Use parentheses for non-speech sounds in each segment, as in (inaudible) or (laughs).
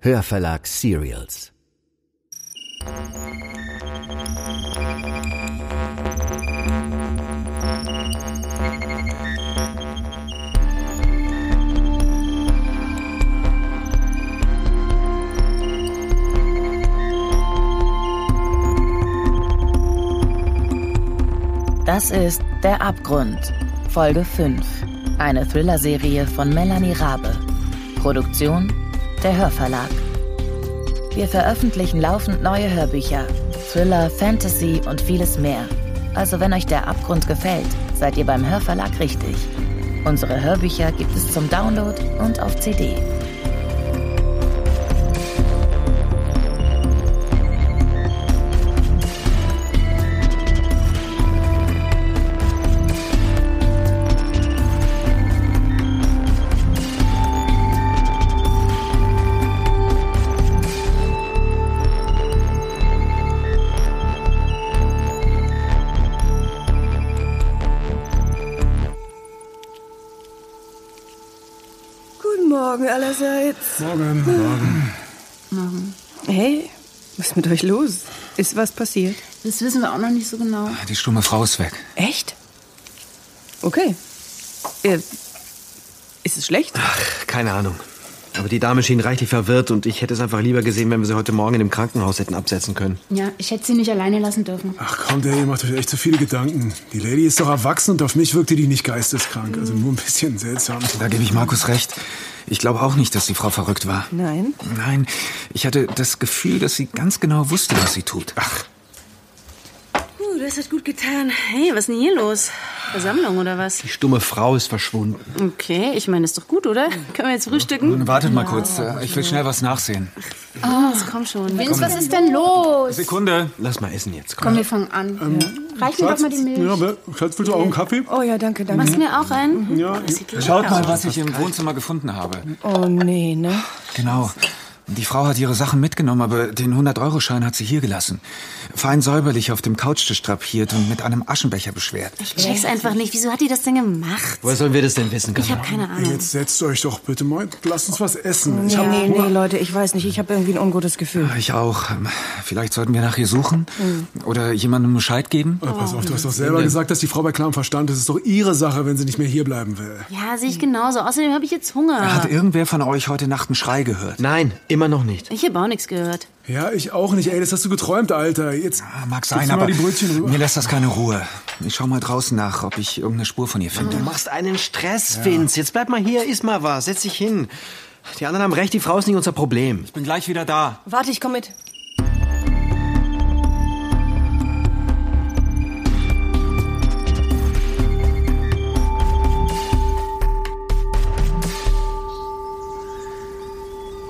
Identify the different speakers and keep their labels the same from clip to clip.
Speaker 1: Hörverlag Serials.
Speaker 2: Das ist Der Abgrund, Folge 5. Eine Thriller-Serie von Melanie Rabe. Produktion der Hörverlag. Wir veröffentlichen laufend neue Hörbücher, Thriller, Fantasy und vieles mehr. Also wenn euch der Abgrund gefällt, seid ihr beim Hörverlag richtig. Unsere Hörbücher gibt es zum Download und auf CD.
Speaker 3: Guten Morgen allerseits. Hm.
Speaker 4: Morgen. Morgen.
Speaker 3: Hey, was ist mit euch los? Ist was passiert?
Speaker 5: Das wissen wir auch noch nicht so genau.
Speaker 6: Ah,
Speaker 4: Die stumme Frau ist weg.
Speaker 3: Echt? Okay. Äh, ist es schlecht?
Speaker 6: Keine Ahnung. Aber die Dame schien reichlich verwirrt und ich hätte es einfach lieber gesehen, wenn wir sie heute Morgen in dem Krankenhaus hätten absetzen können.
Speaker 5: Ja, ich hätte sie nicht alleine lassen dürfen.
Speaker 4: Ach komm, der ihr macht euch echt zu viele Gedanken. Die Lady ist doch erwachsen und auf mich wirkte die nicht geisteskrank. Also nur ein bisschen seltsam.
Speaker 6: Da gebe ich Markus recht. Ich glaube auch nicht, dass die Frau verrückt war.
Speaker 3: Nein.
Speaker 6: Nein, ich hatte das Gefühl, dass sie ganz genau wusste, was sie tut. Ach,
Speaker 7: Uh, das hat gut getan. Hey, was ist denn hier los? Versammlung oder was?
Speaker 6: die stumme Frau ist verschwunden.
Speaker 7: Okay, ich meine, ist doch gut, oder? Können wir jetzt frühstücken?
Speaker 4: Wartet mal kurz. äh, Ich will schnell was nachsehen.
Speaker 7: Das kommt schon.
Speaker 5: Vince, was ist denn los?
Speaker 6: Also Sekunde. Lass mal essen jetzt.
Speaker 5: Komm, wir fangen an. Reichen doch mal die
Speaker 4: Ja,
Speaker 5: Milch.
Speaker 4: aber, Schatz, willst du auch einen Kaffee?
Speaker 3: Oh ja, danke, danke.
Speaker 7: Machst du mir auch einen?
Speaker 4: Ja.
Speaker 6: Mhm. Schaut mal, was ich im Wohnzimmer gefunden habe.
Speaker 3: Oh nee, ne?
Speaker 6: Genau. Die Frau hat ihre Sachen mitgenommen, aber den 100-Euro-Schein hat sie hier gelassen. Fein säuberlich auf dem Couchtisch drapiert und mit einem Aschenbecher beschwert.
Speaker 7: Ich check's einfach nicht. Wieso hat die das denn gemacht?
Speaker 6: Woher sollen wir das denn wissen?
Speaker 7: Ich habe keine Ahnung.
Speaker 4: Jetzt setzt euch doch bitte mal. Lasst uns was essen. Ich
Speaker 3: Nee,
Speaker 4: hab
Speaker 3: nee,
Speaker 4: Hunger.
Speaker 3: nee, Leute, ich weiß nicht. Ich habe irgendwie ein ungutes Gefühl.
Speaker 6: Ich auch. Vielleicht sollten wir nach ihr suchen
Speaker 4: Hm.
Speaker 6: oder jemandem Bescheid geben.
Speaker 4: Äh, Pass auf, du hast
Speaker 6: Oh.
Speaker 4: doch selber gesagt, dass die Frau bei klarem Verstand ist. Es ist doch ihre Sache, wenn sie nicht mehr hier bleiben will.
Speaker 7: Ja, sehe ich genauso. Außerdem habe ich jetzt
Speaker 6: Hat
Speaker 7: Hunger.
Speaker 6: irgendwer von euch heute Nacht einen Schrei gehört?
Speaker 8: Nein, immer noch nicht.
Speaker 7: Ich habe auch nichts gehört.
Speaker 4: Ja, ich auch nicht. Ey, das hast du geträumt, Alter. Jetzt
Speaker 6: Ah, Mag
Speaker 4: gibst
Speaker 6: sein,
Speaker 4: du mal
Speaker 6: aber
Speaker 4: die Brötchen rüber.
Speaker 6: mir lässt das keine Ruhe. Ich schau mal draußen nach, ob ich irgendeine Spur von ihr finde.
Speaker 8: Du machst einen Stress, Vince. Jetzt bleib mal hier, iss mal was, setz dich hin. Die anderen haben recht, die Frau ist nicht unser Problem.
Speaker 6: Ich bin gleich wieder da.
Speaker 3: Warte, ich komme mit.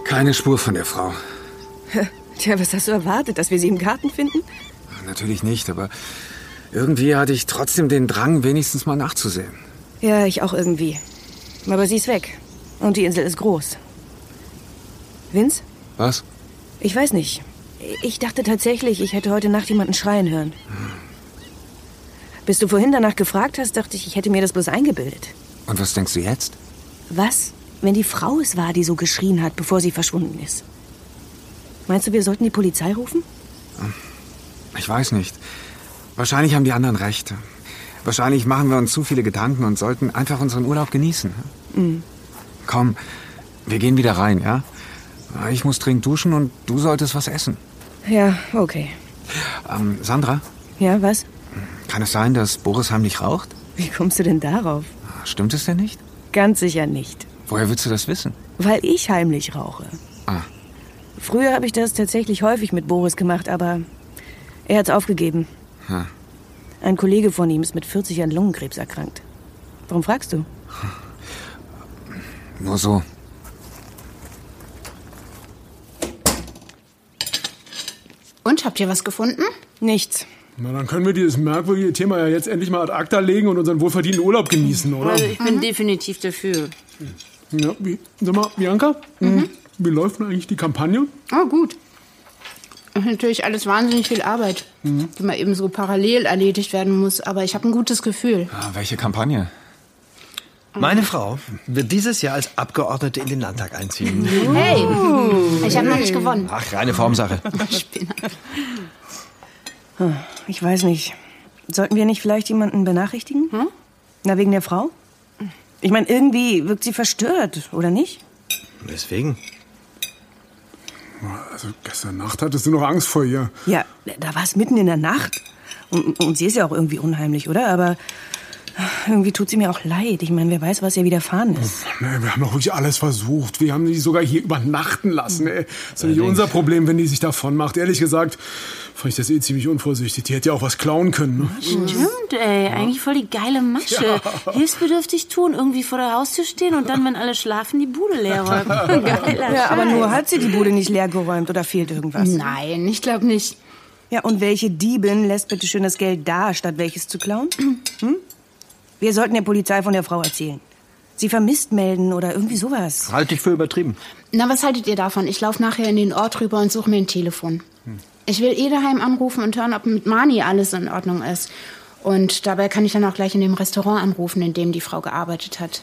Speaker 6: Keine Spur von der Frau.
Speaker 3: Tja, was hast du erwartet, dass wir sie im Garten finden?
Speaker 6: Natürlich nicht, aber irgendwie hatte ich trotzdem den Drang, wenigstens mal nachzusehen.
Speaker 3: Ja, ich auch irgendwie. Aber sie ist weg. Und die Insel ist groß. Vince?
Speaker 6: Was?
Speaker 3: Ich weiß nicht. Ich dachte tatsächlich, ich hätte heute Nacht jemanden schreien hören. Bis du vorhin danach gefragt hast, dachte ich, ich hätte mir das bloß eingebildet.
Speaker 6: Und was denkst du jetzt?
Speaker 3: Was, wenn die Frau es war, die so geschrien hat, bevor sie verschwunden ist? Meinst du, wir sollten die Polizei rufen?
Speaker 6: Ich weiß nicht. Wahrscheinlich haben die anderen recht. Wahrscheinlich machen wir uns zu viele Gedanken und sollten einfach unseren Urlaub genießen. Komm, wir gehen wieder rein, ja? Ich muss dringend duschen und du solltest was essen.
Speaker 3: Ja, okay.
Speaker 6: Ähm, Sandra,
Speaker 3: Ja, was?
Speaker 6: kann es sein, dass Boris heimlich raucht?
Speaker 3: Wie kommst du denn darauf?
Speaker 6: Stimmt es denn nicht?
Speaker 3: Ganz sicher nicht.
Speaker 6: Woher willst du das wissen?
Speaker 3: Weil ich heimlich rauche.
Speaker 6: Ah.
Speaker 3: Früher habe ich das tatsächlich häufig mit Boris gemacht, aber er hat es aufgegeben.
Speaker 6: Hm.
Speaker 3: Ein Kollege von ihm ist mit 40 an Lungenkrebs erkrankt. Warum fragst du?
Speaker 6: Nur so.
Speaker 5: Und, habt ihr was gefunden?
Speaker 3: Nichts.
Speaker 4: Na, dann können wir dieses merkwürdige Thema ja jetzt endlich mal ad acta legen und unseren wohlverdienten Urlaub genießen, oder?
Speaker 7: Also ich bin definitiv dafür.
Speaker 4: Ja, wie, sag mal, Bianca,
Speaker 3: Mhm.
Speaker 4: Hm? wie läuft denn eigentlich die Kampagne?
Speaker 5: Oh, gut. Ist natürlich alles wahnsinnig viel Arbeit, die mal eben so parallel erledigt werden muss. Aber ich habe ein gutes Gefühl.
Speaker 6: Ah, welche Kampagne?
Speaker 8: Meine Frau wird dieses Jahr als Abgeordnete in den Landtag einziehen.
Speaker 9: Hey,
Speaker 7: Uh.
Speaker 9: ich habe noch nicht gewonnen.
Speaker 8: Ach, reine Formsache.
Speaker 3: Ich weiß nicht. Sollten wir nicht vielleicht jemanden benachrichtigen?
Speaker 7: Hm?
Speaker 3: Na, wegen der Frau? Ich meine, irgendwie wirkt sie verstört, oder nicht?
Speaker 8: Deswegen.
Speaker 4: Also gestern Nacht hattest du noch Angst vor ihr.
Speaker 3: Ja, da war es mitten in der Nacht. Und, und sie ist ja auch irgendwie unheimlich, oder? Aber irgendwie tut sie mir auch leid. Ich meine, wer weiß, was ihr widerfahren ist.
Speaker 4: Nee, Ne, wir haben doch wirklich alles versucht. Wir haben die sogar hier übernachten lassen. Ey. Das ist ja nicht unser Problem, wenn die sich davon macht. Ehrlich gesagt, fand ich das eh ziemlich unvorsichtig. Die hätte ja auch was klauen können. Ne?
Speaker 7: Stimmt, ey. Eigentlich voll die geile Masche. Hilfsbedürftig tun, irgendwie vor der Haustür stehen und dann, wenn alle schlafen, die Bude
Speaker 6: (laughs)
Speaker 7: leer räumen. Geiler
Speaker 3: Ja, aber
Speaker 7: Scheiß.
Speaker 3: nur hat sie die Bude nicht leer geräumt oder fehlt irgendwas.
Speaker 9: Nein, ich glaube nicht.
Speaker 3: Ja, und welche Diebin lässt bitte schön das Geld da, statt welches zu klauen? Hm? Wir sollten der Polizei von der Frau erzählen. Sie vermisst melden oder irgendwie sowas.
Speaker 8: Halte ich für übertrieben.
Speaker 9: Na, was haltet ihr davon? Ich laufe nachher in den Ort rüber und suche mir ein Telefon. Ich will Edeheim anrufen und hören, ob mit Mani alles in Ordnung ist. Und dabei kann ich dann auch gleich in dem Restaurant anrufen, in dem die Frau gearbeitet hat.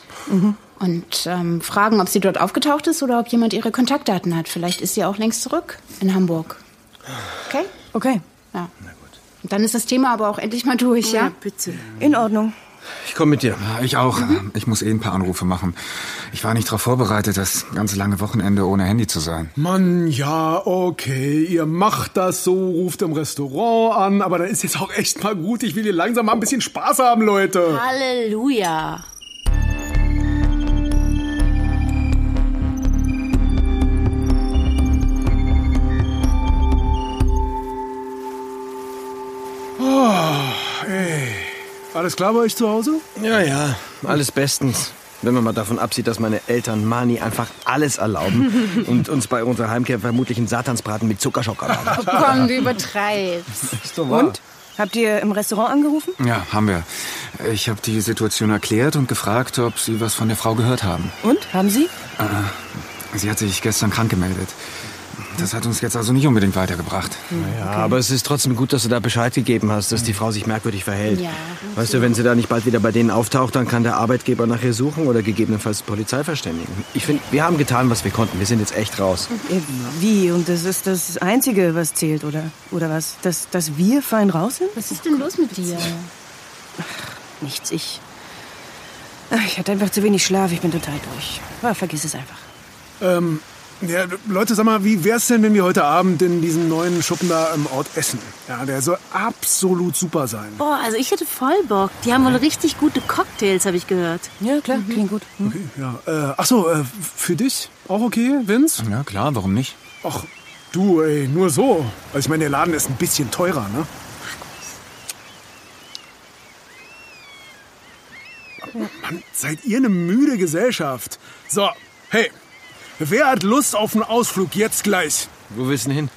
Speaker 9: Und ähm, fragen, ob sie dort aufgetaucht ist oder ob jemand ihre Kontaktdaten hat. Vielleicht ist sie auch längst zurück in Hamburg. Okay?
Speaker 3: Okay,
Speaker 9: Ja. Und Dann ist das Thema aber auch endlich mal durch, ja?
Speaker 7: Bitte.
Speaker 3: in Ordnung.
Speaker 8: Ich komme mit dir.
Speaker 6: Ah, Ich auch. Ich muss eh ein paar Anrufe machen. Ich war nicht darauf vorbereitet, das ganze lange Wochenende ohne Handy zu sein.
Speaker 4: Mann, ja, okay, ihr macht das so, ruft im Restaurant an, aber dann ist jetzt auch echt mal gut. Ich will hier langsam mal ein bisschen Spaß haben, Leute.
Speaker 7: Halleluja.
Speaker 4: Alles klar bei euch zu Hause?
Speaker 8: Ja, ja, alles bestens. Wenn man mal davon absieht, dass meine Eltern Mani einfach alles (laughs) erlauben und uns bei unserer Heimkehr vermutlich einen Satansbraten mit Zuckerschock erlauben.
Speaker 9: Komm, du übertreibst.
Speaker 3: Und? Habt ihr im Restaurant angerufen?
Speaker 6: Ja, haben wir. Ich habe die Situation erklärt und gefragt, ob Sie was von der Frau gehört haben.
Speaker 3: Und? Haben sie?
Speaker 6: Sie hat sich gestern krank gemeldet. Das hat uns jetzt also nicht unbedingt weitergebracht.
Speaker 8: Ja, aber es ist trotzdem gut, dass du da Bescheid gegeben hast, dass die Frau sich merkwürdig verhält.
Speaker 9: Ja.
Speaker 8: weißt du, wenn sie da nicht bald wieder bei denen auftaucht, dann kann der Arbeitgeber nach ihr suchen oder gegebenenfalls die Polizei verständigen. Ich finde, wir haben getan, was wir konnten. Wir sind jetzt echt raus.
Speaker 3: Äh, Wie? Und das ist das Einzige, was zählt, oder? Oder was? Dass, dass wir fein raus sind?
Speaker 9: Was ist denn los mit dir?
Speaker 3: Nichts, ich. Ach, Ich hatte einfach zu wenig Schlaf, ich bin total durch. Aber vergiss es einfach.
Speaker 4: Ähm, ja, Leute, sag mal, wie wär's denn, wenn wir heute Abend in diesem neuen Schuppen da im Ort essen? Ja, der soll absolut super sein.
Speaker 7: Boah, also ich hätte voll Bock. Die haben wohl richtig gute Cocktails, habe ich gehört.
Speaker 3: Ja, klar, klingt gut. Hm.
Speaker 4: Okay, ja. Äh, ach so, äh, für dich auch okay, Vince?
Speaker 6: Ja, klar, warum nicht?
Speaker 4: Ach, du, ey, nur so. Also ich meine, der Laden ist ein bisschen teurer, ne? Mann, seid ihr eine müde Gesellschaft? So, hey, wer hat Lust auf einen Ausflug jetzt gleich?
Speaker 8: Wo willst du denn hin?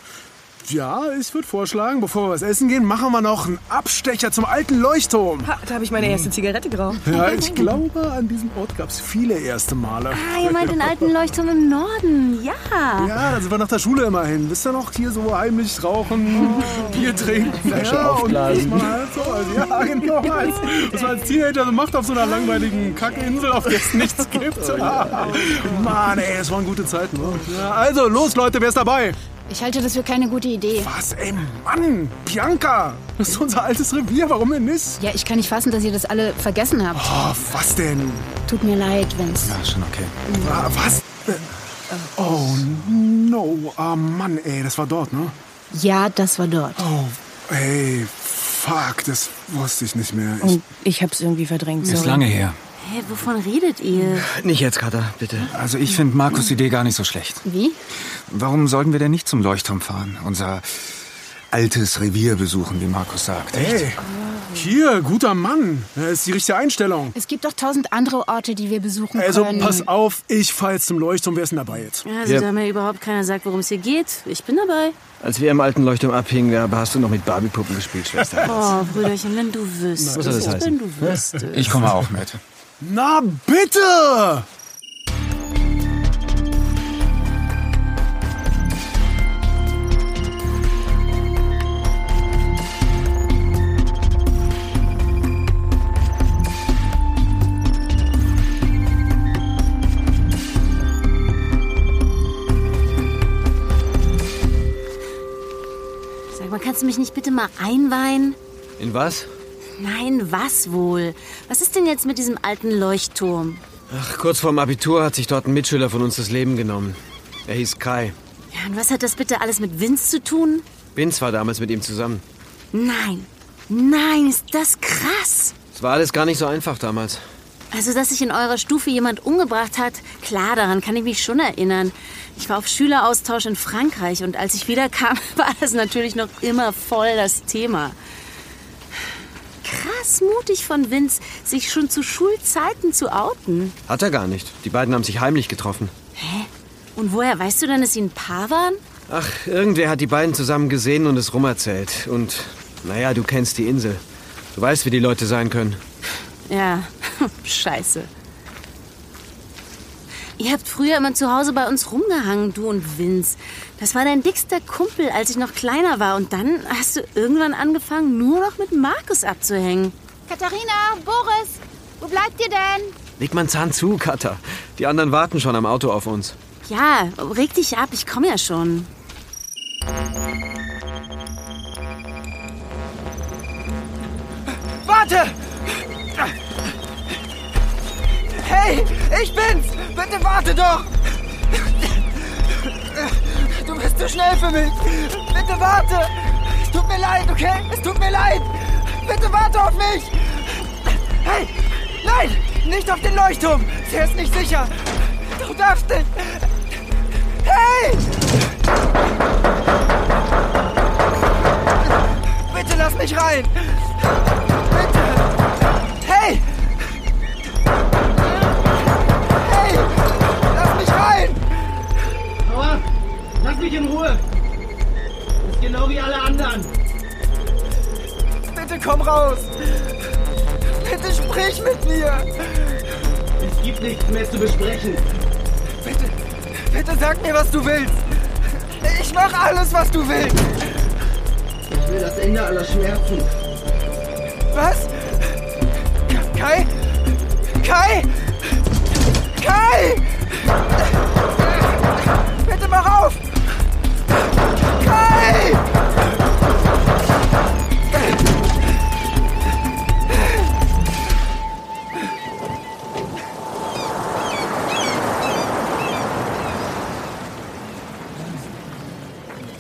Speaker 4: Ja, ich würde vorschlagen, bevor wir was essen gehen, machen wir noch einen Abstecher zum alten Leuchtturm.
Speaker 3: Ha, da habe ich meine erste Zigarette geraucht.
Speaker 4: Ja,
Speaker 7: (laughs)
Speaker 4: ich glaube, an diesem Ort gab es viele erste Male.
Speaker 7: Ah, ihr meint den alten Leuchtturm im Norden. Ja.
Speaker 4: Ja, da sind wir nach der Schule immer hin. Wisst ihr noch, hier so heimlich rauchen,
Speaker 7: Oh.
Speaker 4: Bier
Speaker 7: (laughs)
Speaker 4: trinken. Flasche ja, aufblasen. Und das war halt so, also, ja, genau. Als, was man als Teenager so macht auf so einer langweiligen Kackinsel, auf der es nichts
Speaker 7: (laughs)
Speaker 4: gibt.
Speaker 7: Oh,
Speaker 4: Mann, ey, es waren gute Zeiten. ne? Ja, also, los Leute, wer ist dabei?
Speaker 9: Ich halte das für keine gute Idee.
Speaker 4: Was, ey, Mann, Bianca. Das ist unser altes Revier, warum denn nicht?
Speaker 9: Ja, ich kann nicht fassen, dass ihr das alle vergessen habt.
Speaker 4: Oh, was denn?
Speaker 9: Tut mir leid, Vince.
Speaker 6: Ja, schon okay.
Speaker 4: Ah, Was? Äh, Oh, no. Ah, Mann, ey, das war dort, ne?
Speaker 9: Ja, das war dort.
Speaker 4: Oh, ey, fuck, das wusste ich nicht mehr. Ich,
Speaker 3: Und ich hab's irgendwie verdrängt.
Speaker 6: Ist
Speaker 3: sorry.
Speaker 6: lange her.
Speaker 7: Hä, wovon redet ihr?
Speaker 8: Nicht jetzt, Kater, bitte.
Speaker 6: Also ich finde Markus' Idee gar nicht so schlecht.
Speaker 9: Wie?
Speaker 6: Warum sollten wir denn nicht zum Leuchtturm fahren? Unser altes Revier besuchen, wie Markus sagt.
Speaker 4: ey, hier, guter Mann. Das ist die richtige Einstellung.
Speaker 9: Es gibt doch tausend andere Orte, die wir besuchen
Speaker 4: Also,
Speaker 9: können.
Speaker 4: pass auf, ich fahr jetzt zum Leuchtturm. Wer ist denn dabei jetzt?
Speaker 7: Also,
Speaker 8: Ja.
Speaker 7: da mir überhaupt keiner sagt, worum es hier geht. Ich bin dabei.
Speaker 8: Als wir im alten Leuchtturm abhingen, da hast du noch mit Barbiepuppen gespielt, Schwester.
Speaker 7: Oh, Brüderchen, wenn du wüsstest.
Speaker 8: Was soll das heißen?
Speaker 7: Wenn du wüsstest.
Speaker 6: Ich komme auch mit.
Speaker 4: Na, bitte!
Speaker 7: kannst du mich nicht bitte mal einweihen?
Speaker 8: In was?
Speaker 7: Nein, was wohl? Was ist denn jetzt mit diesem alten Leuchtturm?
Speaker 8: Ach, kurz vorm Abitur hat sich dort ein Mitschüler von uns das Leben genommen. Er hieß Kai.
Speaker 7: Ja, und was hat das bitte alles mit Vince zu tun?
Speaker 8: Vince war damals mit ihm zusammen.
Speaker 7: Nein, nein, ist das krass.
Speaker 8: Es war alles gar nicht so einfach damals.
Speaker 7: Also, dass sich in eurer Stufe jemand umgebracht hat, klar, daran kann ich mich schon erinnern. Ich war auf Schüleraustausch in Frankreich und als ich wiederkam, (laughs) war das natürlich noch immer voll das Thema. Krass mutig von Vince, sich schon zu Schulzeiten zu outen.
Speaker 8: Hat er gar nicht. Die beiden haben sich heimlich getroffen.
Speaker 7: Hä? Und woher weißt du denn, dass sie ein Paar waren?
Speaker 8: Ach, irgendwer hat die beiden zusammen gesehen und es rumerzählt. Und naja, du kennst die Insel. Du weißt, wie die Leute sein können.
Speaker 7: Ja, (laughs) scheiße. Ihr habt früher immer zu Hause bei uns rumgehangen, du und Vince. Das war dein dickster Kumpel, als ich noch kleiner war. Und dann hast du irgendwann angefangen, nur noch mit Markus abzuhängen.
Speaker 10: Katharina, Boris, wo bleibt ihr denn?
Speaker 8: Leg mal einen Zahn zu, Katha. Die anderen warten schon am Auto auf uns.
Speaker 7: Ja, reg dich ab, ich komme ja schon.
Speaker 11: Warte! Hey, ich bin's! Bitte warte doch! Du bist zu schnell für mich! Bitte warte! Es tut mir leid, okay? Es tut mir leid! Bitte warte auf mich! Hey! Nein! Nicht auf den Leuchtturm! Der ist nicht sicher! Du darfst nicht! Hey! Bitte lass mich rein! Bitte! Hey! Hey! Lass mich rein!
Speaker 12: Aua! Lass mich in Ruhe! Das ist genau wie alle anderen!
Speaker 11: Bitte komm raus! Bitte sprich mit mir!
Speaker 12: Es gibt nichts mehr zu besprechen!
Speaker 11: Bitte, bitte sag mir, was du willst! Ich mach alles, was du willst!
Speaker 12: Ich will das Ende aller Schmerzen!
Speaker 11: Was? Kai? Kai? Kai! Bitte mach auf! Kai!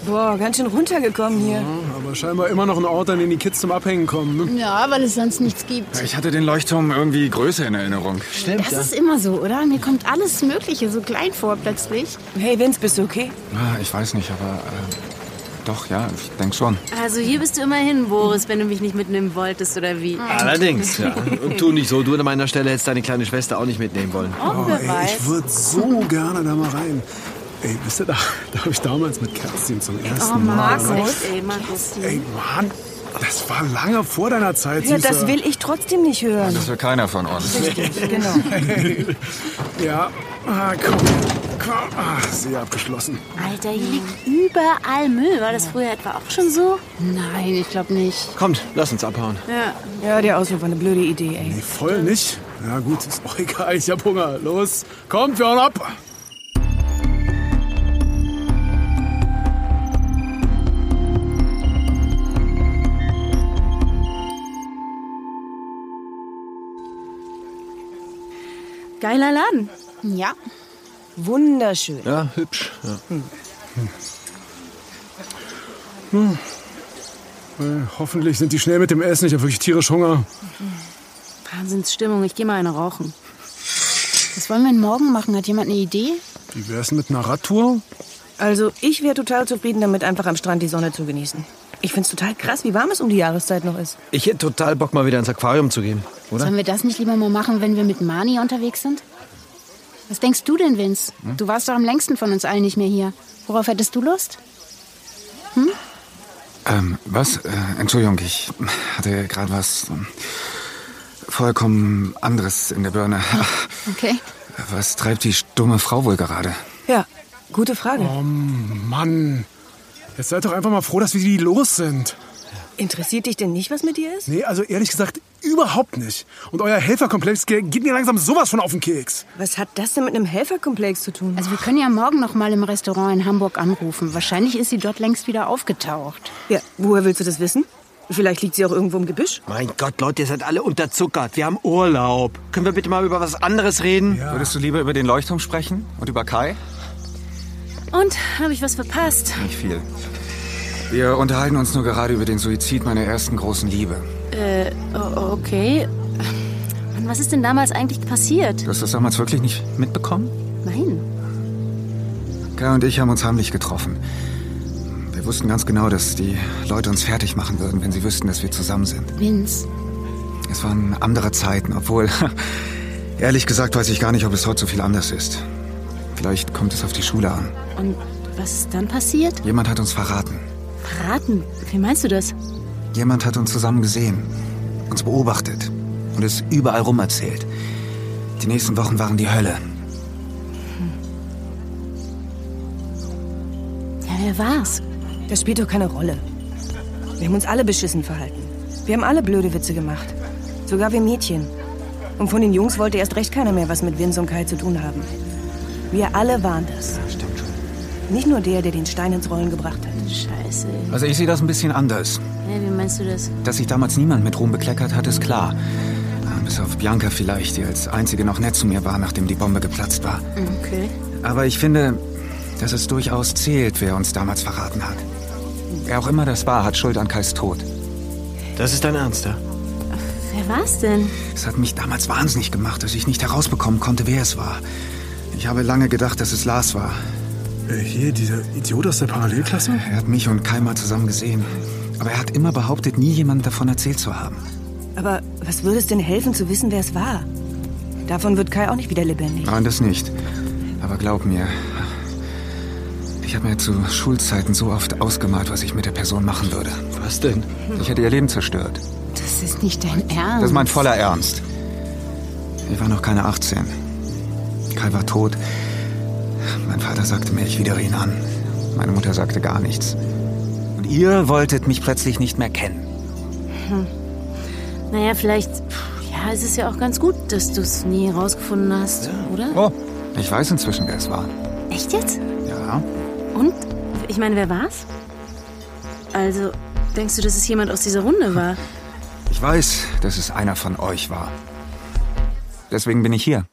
Speaker 3: Boah, ganz schön runtergekommen hier.
Speaker 4: Aber scheinbar immer noch ein Ort, an den die Kids zum Abhängen kommen. Ne?
Speaker 9: Ja, weil es sonst nichts gibt.
Speaker 6: Ich hatte den Leuchtturm irgendwie größer in Erinnerung.
Speaker 9: Stimmt. Das ist immer so, oder? Mir kommt alles Mögliche so klein vor plötzlich.
Speaker 3: Hey Vince, bist du okay?
Speaker 6: Ah, Ich weiß nicht, aber äh, doch, ja, ich denke schon.
Speaker 7: Also hier bist du immerhin, Boris, wenn du mich nicht mitnehmen wolltest oder wie.
Speaker 8: Allerdings, ja. (laughs) Und tu nicht so, du an meiner Stelle hättest deine kleine Schwester auch nicht mitnehmen wollen.
Speaker 7: Oh,
Speaker 4: Ey,
Speaker 7: wer
Speaker 4: ich
Speaker 7: weiß.
Speaker 4: würde so gerne da mal rein. Ey, wisst ihr, da, da habe ich damals mit Kerstin zum ersten
Speaker 7: Oh,
Speaker 4: Mal.
Speaker 7: Markus. Echt, ey, Markus.
Speaker 4: Ey, Mann, das war lange vor deiner Zeit,
Speaker 3: Ja,
Speaker 4: Süße.
Speaker 3: das will ich trotzdem nicht hören.
Speaker 6: Das will keiner von uns.
Speaker 3: Genau.
Speaker 4: (laughs) Ja, ah, komm. komm. Ah, See abgeschlossen.
Speaker 7: Alter, hier liegt überall Müll. War das früher etwa auch schon so?
Speaker 9: Nein, ich glaube nicht.
Speaker 8: Kommt, lass uns abhauen.
Speaker 3: Ja, der Ausflug war eine blöde Idee, ey.
Speaker 4: Nee, voll nicht. Ja gut, ist auch egal, ich hab Hunger. Los, kommt, wir hauen ab.
Speaker 7: Geiler Laden.
Speaker 9: Ja.
Speaker 3: Wunderschön.
Speaker 8: Ja, hübsch. Ja.
Speaker 4: Äh, hoffentlich sind die schnell mit dem Essen, ich habe wirklich tierisch Hunger.
Speaker 7: Wahnsinnsstimmung, ich gehe mal eine rauchen.
Speaker 9: Was wollen wir denn morgen machen? Hat jemand eine Idee?
Speaker 4: Wie wär's mit einer Radtour? Oh,
Speaker 3: Also, ich wäre total zufrieden damit, einfach am Strand die Sonne zu genießen. Ich find's total krass, wie warm es um die Jahreszeit noch ist.
Speaker 8: Ich hätte total Bock, mal wieder ins Aquarium zu gehen, oder?
Speaker 9: Sollen wir das nicht lieber mal machen, wenn wir mit Mani unterwegs sind? Was denkst du denn, Vince? Du warst doch am längsten von uns allen nicht mehr hier. Worauf hättest du Lust?
Speaker 6: Ähm, was? Äh, Entschuldigung, ich hatte gerade was ähm, vollkommen anderes in der Birne.
Speaker 9: Okay.
Speaker 6: Was treibt die stumme Frau wohl gerade?
Speaker 3: Ja, gute Frage.
Speaker 4: Mann, jetzt seid doch einfach mal froh, dass wir die los sind.
Speaker 3: Interessiert dich denn nicht, was mit dir ist?
Speaker 4: Nee, also ehrlich gesagt, überhaupt nicht. Und euer Helferkomplex ge- geht mir langsam sowas von auf den Keks.
Speaker 3: Was hat das denn mit einem Helferkomplex zu tun?
Speaker 9: Also wir können ja morgen noch mal im Restaurant in Hamburg anrufen. Wahrscheinlich ist sie dort längst wieder aufgetaucht.
Speaker 3: Ja, woher willst du das wissen? Vielleicht liegt sie auch irgendwo im Gebüsch.
Speaker 8: Mein Gott, Leute, ihr seid alle unterzuckert. Wir haben Urlaub. Können wir bitte mal über was anderes reden?
Speaker 6: Würdest du lieber über den Leuchtturm sprechen und über Kai?
Speaker 7: Und habe ich was verpasst?
Speaker 6: Nicht viel. Wir unterhalten uns nur gerade über den Suizid meiner ersten großen Liebe.
Speaker 7: Äh, o- okay. Mann, was ist denn damals eigentlich passiert?
Speaker 6: Du hast das damals wirklich nicht mitbekommen?
Speaker 7: Nein.
Speaker 6: Kai und ich haben uns heimlich getroffen. Wir wussten ganz genau, dass die Leute uns fertig machen würden, wenn sie wüssten, dass wir zusammen sind.
Speaker 9: Vince.
Speaker 6: Es waren andere Zeiten, obwohl, (laughs) ehrlich gesagt, weiß ich gar nicht, ob es heute so viel anders ist. Vielleicht kommt es auf die Schule an.
Speaker 7: Und was ist dann passiert?
Speaker 6: Jemand hat uns verraten.
Speaker 7: Verraten. Wie meinst du das?
Speaker 6: Jemand hat uns zusammen gesehen, uns beobachtet und es überall rum erzählt. Die nächsten Wochen waren die Hölle.
Speaker 7: Ja, wer war's?
Speaker 3: Das spielt doch keine Rolle. Wir haben uns alle beschissen verhalten. Wir haben alle blöde Witze gemacht. Sogar wir Mädchen. Und von den Jungs wollte erst recht keiner mehr was mit Vince und Kai zu tun haben. Wir alle waren das.
Speaker 6: Stimmt schon.
Speaker 3: Nicht nur der, der den Stein ins Rollen gebracht hat.
Speaker 7: Scheiße.
Speaker 6: Also ich sehe das ein bisschen anders.
Speaker 7: Hä, wie meinst du das?
Speaker 6: Dass sich damals niemand mit Ruhm bekleckert hat, ist klar. Äh, Bis auf Bianca vielleicht, die als einzige noch nett zu mir war, nachdem die Bombe geplatzt war.
Speaker 7: Hm, Okay.
Speaker 6: Aber ich finde, dass es durchaus zählt, wer uns damals verraten hat. Wer auch immer das war, hat Schuld an Kais Tod.
Speaker 8: Das ist dein Ernst, ja?
Speaker 7: Wer war's denn?
Speaker 6: Es hat mich damals wahnsinnig gemacht, dass ich nicht herausbekommen konnte, wer es war. Ich habe lange gedacht, dass es Lars war.
Speaker 4: Äh, hier, dieser Idiot aus der Parallelklasse?
Speaker 6: Er hat mich und Kai mal zusammen gesehen. Aber er hat immer behauptet, nie jemandem davon erzählt zu haben.
Speaker 3: Aber was würde es denn helfen, zu wissen, wer es war? Davon wird Kai auch nicht wieder lebendig.
Speaker 6: Nein, das nicht. Aber glaub mir, ich habe mir zu Schulzeiten so oft ausgemalt, was ich mit der Person machen würde. Was denn? Ich hätte ihr Leben zerstört.
Speaker 9: Das ist nicht dein Ernst.
Speaker 6: Das ist mein voller Ernst. Ich war noch keine 18. Kai war tot. Mein Vater sagte mir, ich widere ihn an. Meine Mutter sagte gar nichts. Und ihr wolltet mich plötzlich nicht mehr kennen.
Speaker 7: Naja, vielleicht. pff, Ja, es ist ja auch ganz gut, dass du es nie herausgefunden hast, oder?
Speaker 6: Oh, ich weiß inzwischen, wer es war.
Speaker 7: Echt jetzt?
Speaker 6: Ja.
Speaker 7: Und? Ich meine, wer war's? Also, denkst du, dass es jemand aus dieser Runde war?
Speaker 6: Ich weiß, dass es einer von euch war. Deswegen bin ich hier.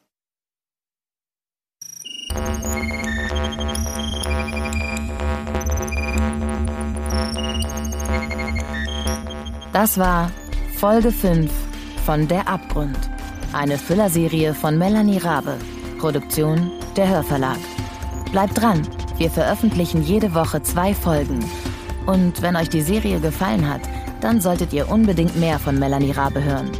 Speaker 2: Das war Folge 5 von Der Abgrund. Eine Thriller-Serie von Melanie Rabe. Produktion der Hörverlag. Bleibt dran, wir veröffentlichen jede Woche zwei Folgen. Und wenn euch die Serie gefallen hat, dann solltet ihr unbedingt mehr von Melanie Rabe hören.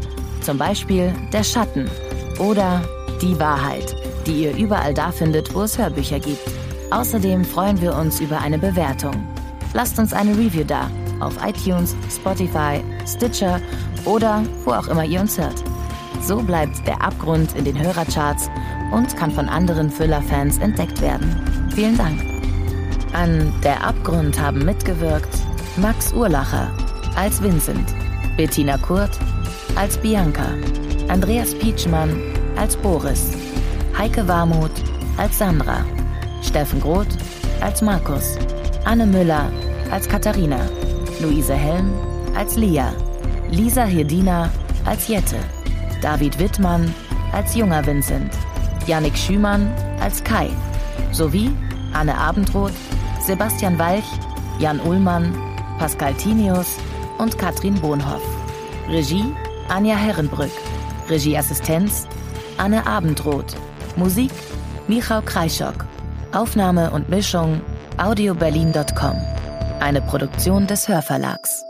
Speaker 2: Zum Beispiel Der Schatten oder Die Wahrheit, die ihr überall da findet, wo es Hörbücher gibt. Außerdem freuen wir uns über eine Bewertung. Lasst uns eine Review da auf iTunes, Spotify, Stitcher oder wo auch immer ihr uns hört. So bleibt der Abgrund in den Hörercharts und kann von anderen Thriller-Fans entdeckt werden. Vielen Dank. An Der Abgrund haben mitgewirkt Max Urlacher als Vincent, Bettina Kurt als Bianca, Andreas Pietschmann als Boris, Heike Warmuth als Sandra, Steffen Groth als Markus, Anne Müller als Katharina, Luise Helm als Lia, Lisa Hirdina als Jette, David Wittmann als junger Vincent, Yannick Schümann als Kai, sowie Anne Abendroth, Sebastian Walch, Jan Ullmann, Pascal Tinius und Katrin Bohnhoff. Regie Anja Herrenbrück. Regieassistenz Anne Abendroth. Musik Michał Kreischock. Aufnahme und Mischung audioberlin.com. Eine Produktion des Hörverlags.